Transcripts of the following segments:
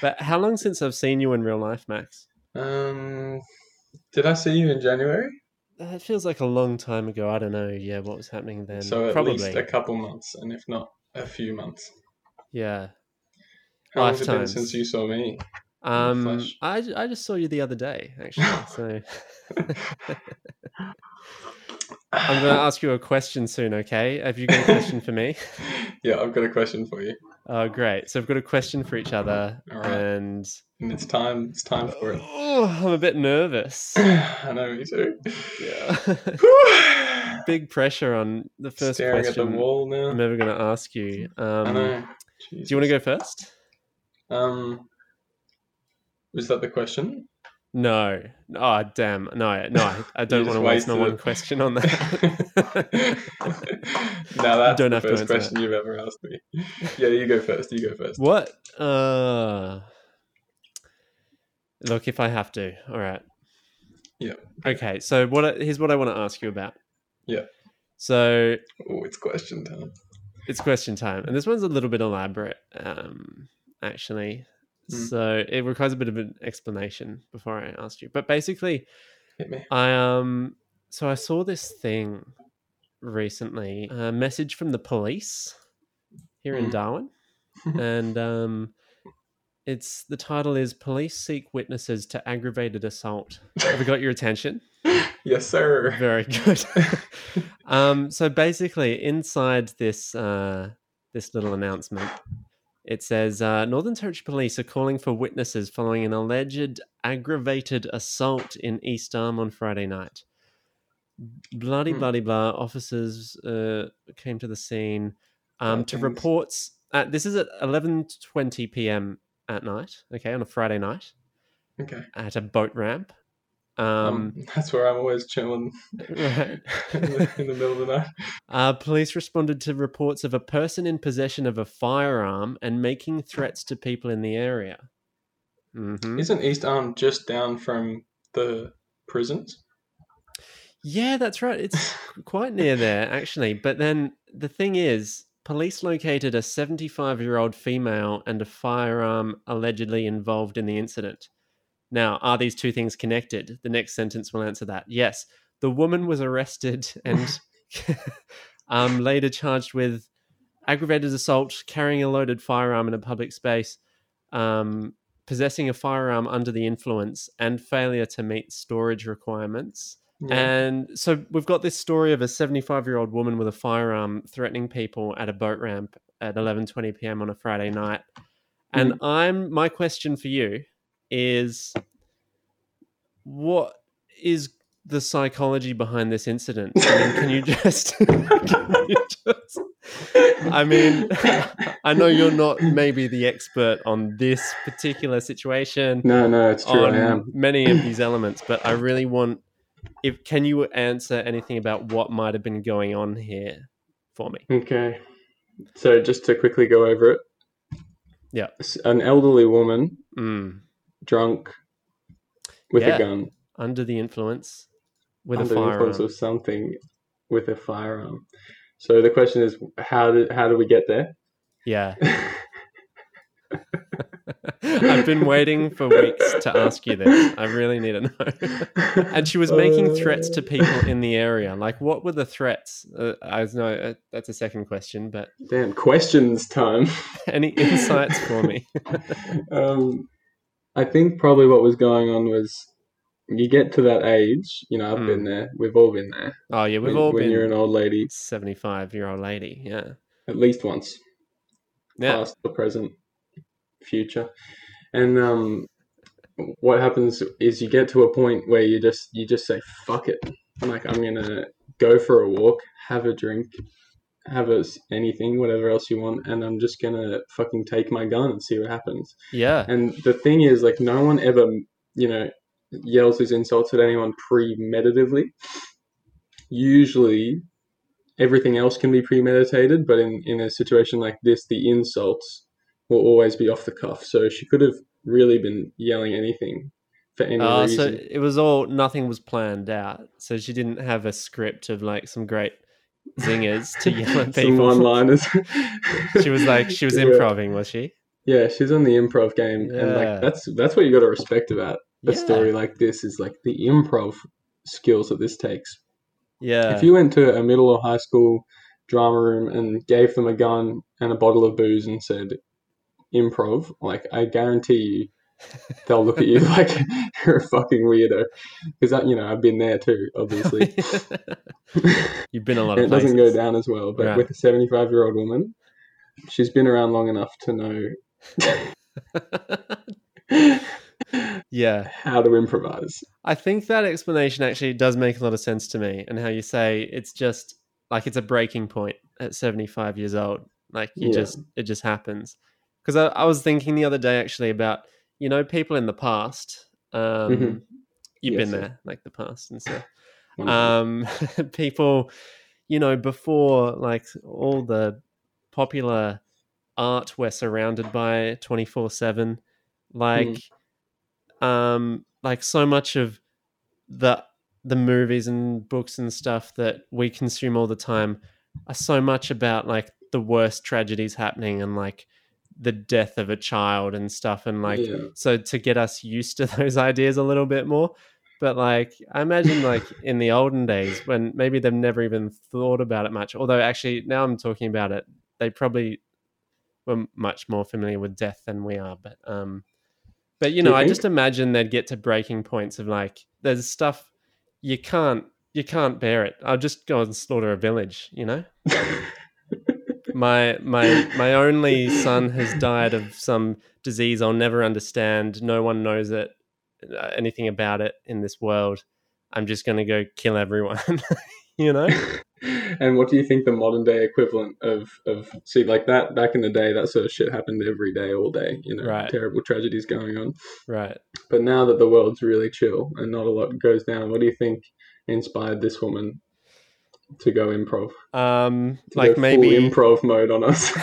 But how long since I've seen you in real life, Max? Um, did I see you in January? Uh, It feels like a long time ago. I don't know. Yeah, what was happening then? so at Probably. least a couple months, and if not, a few months. yeah. How long has it been Lifetimes. since you saw me? Um, Flash. I, I just saw you the other day, actually. So I'm going to ask you a question soon, okay? Have you got a question for me? yeah, I've got a question for you, Oh, great. So we've got a question for each other. All right. And and it's time. It's time for it. oh, I'm a bit nervous. I know, me too. yeah. Big pressure on the first Staring question at the wall now. I'm ever going to ask you. I Um, do know. you want to go first? go? Um, was that the question? No. Oh, damn. No, no, I- I don't want to just waste my wasted one it. question on now that. that's don't the have to first answer question you've ever asked me. Yeah, you go first. You go first. what? Uh, look, if I have to. All right. Yeah. Okay. So what? I, here's what I want to ask you about. Yeah. So Oh, it's question time. it's question time, and this one's a little bit elaborate, um, actually. Mm. So it requires a bit of an explanation before I ask you. But basically, Hit me. I um so I saw this thing recently, a message from the police here in Mhm. Darwin. and um it's the title is Police Seek Witnesses to Aggravated Assault. Have we got your attention? Yes, sir. Very good. um, so basically, inside this uh, this little announcement, it says uh, Northern Territory Police are calling for witnesses following an alleged aggravated assault in East Arm on Friday night. Bloody Hmm. bloody blah. Officers uh, came to the scene um, Bad to things. reports. At, this is at eleven twenty p.m. at night. Okay, on a Friday night Okay. at a boat ramp. Um, Um, that's where I'm always chilling right. in Um, the in the middle of the night. Uh, police responded to reports of a person in possession of a firearm and making threats to people in the area. hmm Isn't East Arm just down from the prisons? Yeah, that's right. It's qu- quite near there, actually. But then the thing is, police located a 75 year old female and a firearm allegedly involved in the incident. Now, are these two things connected? The next sentence will answer that. Yes, the woman was arrested and um, later charged with aggravated assault, carrying a loaded firearm in a public space, um, possessing a firearm under the influence, and failure to meet storage requirements. Yeah. And so we've got this story of a 75 year old woman with a firearm threatening people at a boat ramp at 11:20 p.m. on a Friday night. And I'm my question for you is what is the psychology behind this incident? I mean, can you just, can you just I mean, I know you're not maybe the expert on this particular situation No, no, it's true. I am. on many of these elements, but I really want if can you answer anything about what might have been going on here for me? Okay. So just to quickly go over it. Yeah. S- An elderly woman, Mm. drunk, with Yeah. a gun, Under the influence with under a the firearm. influence of something, with a firearm. So the question is, how did how do we get there? Yeah. I've been waiting for weeks to ask you this. I really need to know. and she was making threats to people in the area. Like, what were the threats? Uh, I know uh, that's a second question, but Damn, questions time. any insights for me? um, I think probably what was going on was you get to that age. You know, I've Mm. been there. We've all been there. Oh yeah, we've when, all when you're been an old lady, seventy-five-year-old lady. Yeah. at least once. Yeah. past or present, future. And um, what happens is you get to a point where you just you just say fuck it. Like I'm gonna go for a walk, have a drink, have a s anything, whatever else you want, and I'm just gonna fucking take my gun and see what happens. Yeah. And the thing is, like, no one ever you know yells these insults at anyone premeditatively. Usually, everything else can be premeditated, but in, in a situation like this, the insults will always be off the cuff. So she could have really been yelling anything for any Oh, so reason. it was all nothing was planned out. So she didn't have a script of like some great zingers to yell at Some people. one liners. She was like she was Yeah. improvising, was she? Yeah, she's on the improv game, and Yeah. like that's that's what you got to respect about a Yeah. story like this is like the improv skills that this takes. Yeah. If you went to a middle or high school drama room and gave them a gun and a bottle of booze and said improv, like I guarantee you, they'll look at you like you're a fucking weirdo. Because you know I've been there too, obviously. You've been a lot of and it doesn't go places. down as well. But Right. with a 75 year old woman, she's been around long enough to know yeah. how to improvise. I think that explanation actually does make a lot of sense to me and how you say it's just like it's a breaking point at 75 years old. Like you Yeah. just it just happens. Because I, I was thinking the other day actually about, you know, people in the past. Um Mhm. you've Yes, been yes. there, like the past and stuff. Wonderful. um people you know before like all the popular art we're surrounded by 24/7 like um like so much of the the movies and books and stuff that we consume all the time are so much about like the worst tragedies happening and like the death of a child and stuff and like Yeah. so to get us used to those ideas a little bit more but like i imagine like in the olden days when maybe they've never even thought about it much although actually now i'm talking about it they probably were much more familiar with death than we are but um but you know Do you i think? just imagine they'd get to breaking points of like there's stuff you can't you can't bear it i'll just go and slaughter a village you know my my my only son has died of some disease I'll never understand. No one knows it, uh, anything about it in this world. I'm just gonna go kill everyone. you know? and what do you think the modern day equivalent of of see like that back in the day that sort of shit happened every day all day you know Right. terrible tragedies going on Right. but now that the world's really chill and not a lot goes down what do you think inspired this woman to go improv Um, to go like full maybe, improv mode on us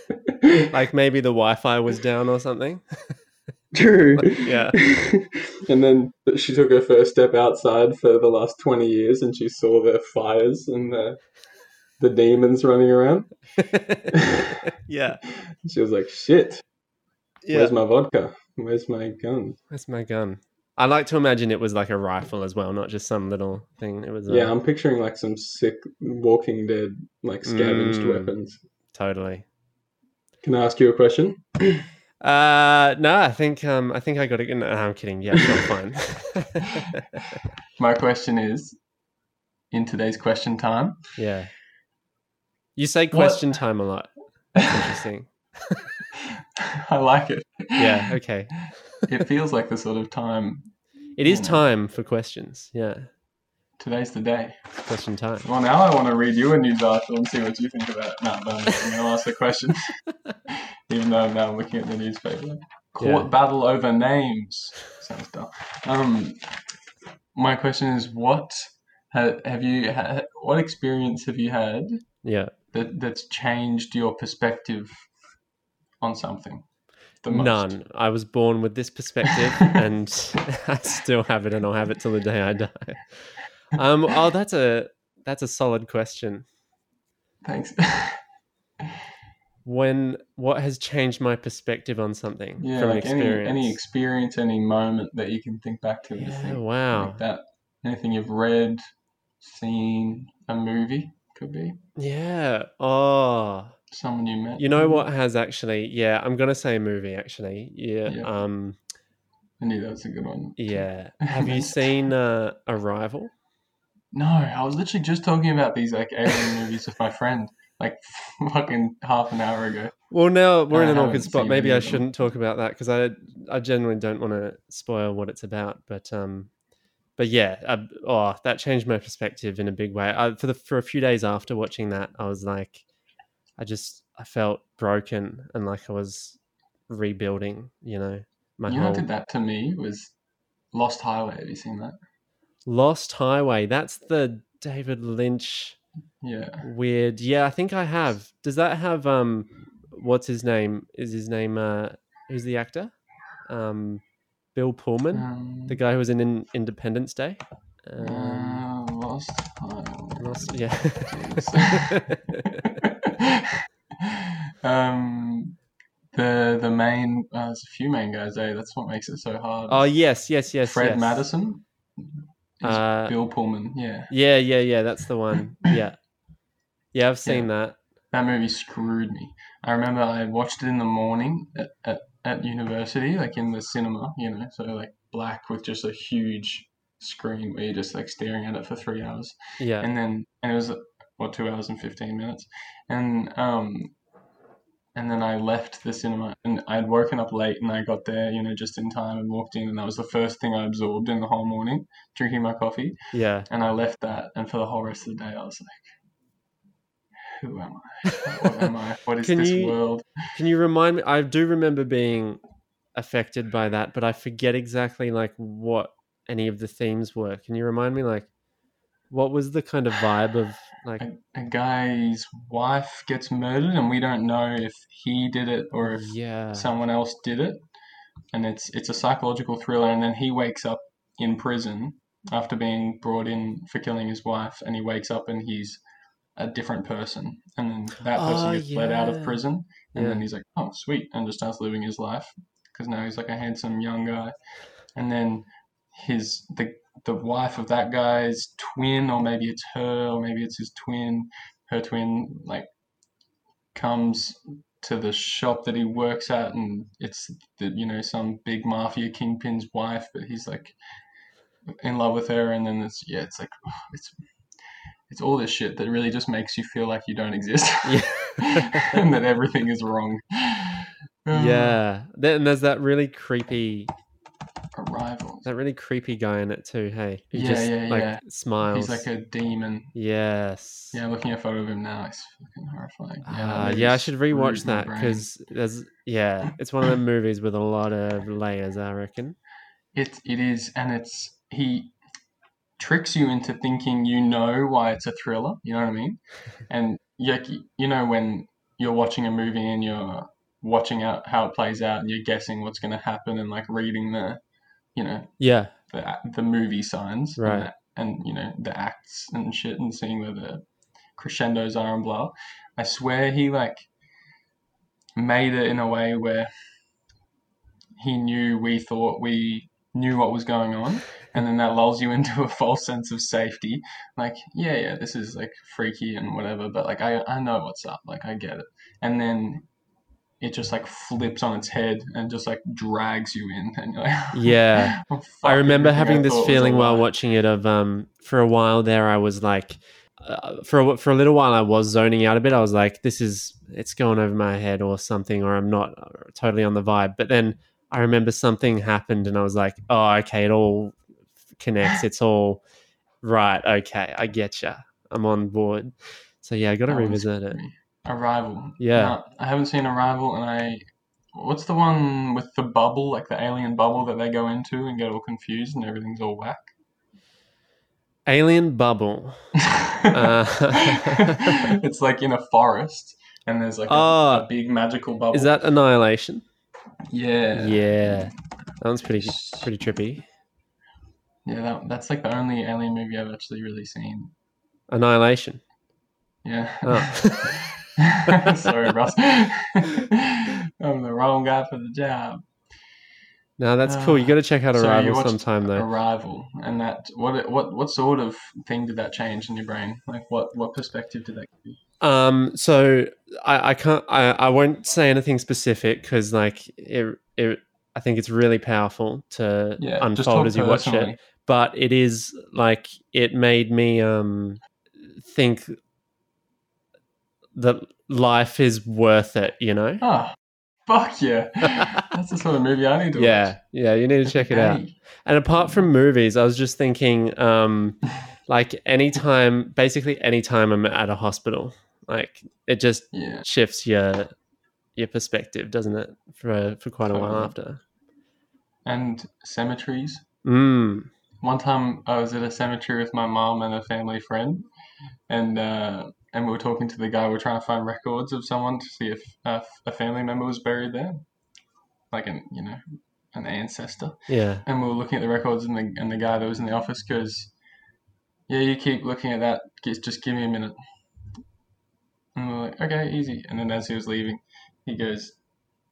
like maybe the Wi-Fi was down or something. True. Yeah. and then she took her first step outside for the last 20 years and she saw the fires and the, the demons running around. yeah. She was like, shit, Yeah. where's my vodka? Where's my gun? That's my gun. I like to imagine it was like a rifle as well, not just some little thing. It was uh, a, Yeah, I'm picturing like some sick Walking Dead, like scavenged Mm. weapons. totally. Can I ask you a question? Uh, no, I think um, I think I got it. No, I'm kidding. Yeah, sure, fine. My question is in today's question time. yeah. You say What- question time a lot. Interesting. I like it. yeah. Okay. It feels like the sort of time. It is Hmm. time for questions. Yeah. Today's the day. Question time. Well, now I want to read you a news article and see what you think about it. No, no, I'm going to ask the question, even though now I'm looking at the newspaper. Court Yeah. battle over names. Sounds dumb. Um, my question is, what ha- have you? Ha- what experience have you had Yeah. that that's changed your perspective on something? The most? None. I was born with this perspective, and I still have it, and I'll have it till the day I die. Um. Oh, that's a that's a solid question. Thanks. When what has changed my perspective on something yeah, from like an experience? any any experience, any moment that you can think back to. and just yeah, think, wow. like that. Anything you've read, seen, a movie could be Yeah. Oh. someone you met. You know what has actually yeah, I'm gonna say a movie actually. Yeah. Yeah. Um I knew that was a good one. yeah. Have you seen uh Arrival? No, I was literally just talking about these like alien movies with my friend like fucking half an hour ago. Well now we're in I an haven't awkward spot. seen Maybe any I of them. shouldn't talk about that because I I generally don't want to spoil what it's about, but um but yeah, uh, oh, that changed my perspective in a big way. I, for the for a few days after watching that, I was like, I just I felt broken and like I was rebuilding. You know, my you know, whole did that to me was Lost Highway. Have you seen that? Lost Highway. That's the David Lynch Yeah. weird. Yeah, I think I have. Does that have um what's his name? Is his name uh who's the actor? Um Bill Pullman, Um, the guy who was in, in Independence Day. Um, uh, Lost Highway. lost, yeah. um, the the main uh, there's a few main guys. Eh? That's what makes it so hard. Oh yes, yes, yes. Fred yes. Madison, is Uh, Bill Pullman. Yeah, Yeah, yeah, yeah. That's the one. Yeah, yeah. I've seen that. that movie screwed me. I remember I watched it in the morning at, at, at university, like in the cinema. You know, so like black with just a huge screen where you're just like staring at it for three hours. Yeah, and then and it was what two hours and fifteen minutes, and um, and then I left the cinema and I'd woken up late and I got there you know just in time and walked in and that was the first thing I absorbed in the whole morning drinking my coffee yeah. and I left that and for the whole rest of the day I was like, who am I? What am I? What is Can this you- world? Can you remind me? I do remember being affected by that, but I forget exactly like what any of the themes were. Can you remind me like what was the kind of vibe of like? A, a guy's wife gets murdered and we don't know if he did it or if Yeah, someone else did it, and it's it's a psychological thriller. And then he wakes up in prison after being brought in for killing his wife, and he wakes up and he's a different person. And then that person Oh, gets let out of yeah. prison, and Yeah. then he's like, "Oh, sweet," and just starts living his life because now he's like a handsome young guy. And then his the the wife of that guy's twin, or maybe it's her, or maybe it's his twin. Her twin like comes to the shop that he works at, and it's the, you know some big mafia kingpin's wife, but he's like in love with her, and then it's yeah, it's like it's it's all this shit that really just makes you feel like you don't exist, yeah. and that everything is wrong. Um, yeah. Then there's that really creepy, arrival. that really creepy guy in it too. Hey, he Yeah, just yeah, like yeah. smiles. He's like a demon. yes. Yeah, looking at a photo of him now, it's fucking horrifying. that Yeah, movie Uh, yeah, I should rewatch screwed my that brain. because there's yeah, it's one of them movies with a lot of layers. I reckon. It it is, and it's he tricks you into thinking you know why it's a thriller. You know what I mean? And like you know when you're watching a movie and you're watching out how it plays out and you're guessing what's going to happen and like reading the you know Yeah, the a- the movie signs and Right. that- and, you know the acts and shit and seeing where the crescendos are and blah. I swear he like made it in a way where he knew we thought we knew what was going on and then that lulls you into a false sense of safety like yeah yeah this is like freaky and whatever but like i i know what's up like i get it and then it just like flips on its head and just like drags you in and you're like yeah. "Oh, fuck, I remember everything having this thought was a feeling while lie." watching it of um for a while there I was like uh, for a, wh- for a little while I was zoning out a bit I was like this is it's going over my head or something or I'm not uh, totally on the vibe but then I remember something happened and I was like oh okay it all connects it's all right okay I get you I'm on board so yeah I got to That one's revisit it me. Arrival. Yeah. Now, I haven't seen Arrival, and I. What's the one with the bubble, like the alien bubble that they go into and get all confused and everything's all whack? Alien Bubble Uh, it's like in a forest, and there's like a, Ah. a big magical bubble. is that Annihilation Yeah. yeah that one's pretty pretty trippy Yeah, that, that's like the only alien movie I've actually really seen. Annihilation Yeah. oh. Sorry, Russ. I'm the wrong guy for the job. No, that's cool. You Uh, got to check out so you Arrival watched sometime, though. Arrival, and that what what what sort of thing did that change in your brain? Like what what perspective did that give you? Um, so I, I can't, I, I won't say anything specific because, like, it, it, I think it's really powerful to Yeah, just unfold talk as you watch personally. it. But it is like it made me um think that life is worth it. You know? Ah, fuck yeah! That's the sort of movie I need to watch. yeah, yeah. You need to check it out. Hey, And apart from movies, I was just thinking, um, like anytime, basically anytime I'm at a hospital, like it just Yeah, shifts your your perspective, doesn't it? For for quite a while Totally. after. and cemeteries. Mm. One time I was at a cemetery with my mom and a family friend, and uh, and we were talking to the guy. We were trying to find records of someone to see if uh, a family member was buried there, like an you know an ancestor. Yeah. and we were looking at the records, and the and the guy that was in the office goes, "Yeah, you keep looking at that. Just just give me a minute." And we we're like, "Okay, easy." And then as he was leaving, he goes,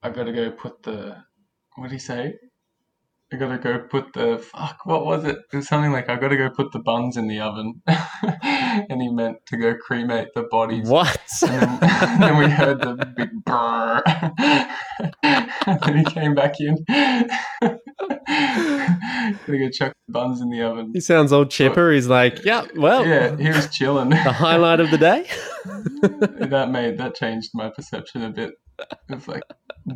I gotta go put the what did he say? I gotta go put the fuck. What was it? It was something like I gotta go put the buns in the oven, and he meant to go cremate the bodies. What? And then, then we heard the big brrr. and then he came back in. Gonna go chuck the buns in the oven. he sounds all chipper. He's like, yeah, well, Yeah, he was chilling. the highlight of the day. that made that changed my perception a bit of like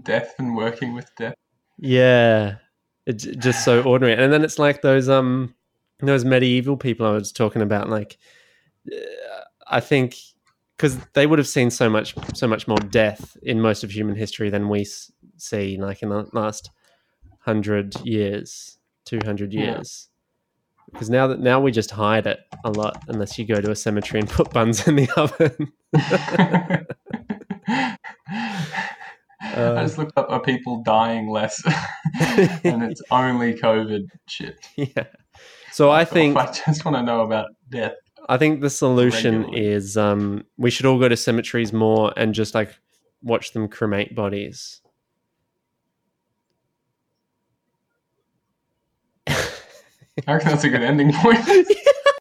death and working with death. Yeah, it's j- just so ordinary. And then it's like those um those medieval people I was talking about. Like, uh, I think because they would have seen so much so much more death in most of human history than we s- see, like in the last hundred years, two hundred Yeah. years. Because now that now we just hide it a lot, unless you go to a cemetery and put buns in the oven. I just looked up are people dying less, and it's only COVID shit. yeah. So Oh I think I just want to know about death. I think the solution Regularly. is um, we should all go to cemeteries more and just like watch them cremate bodies. I reckon that's a good ending point.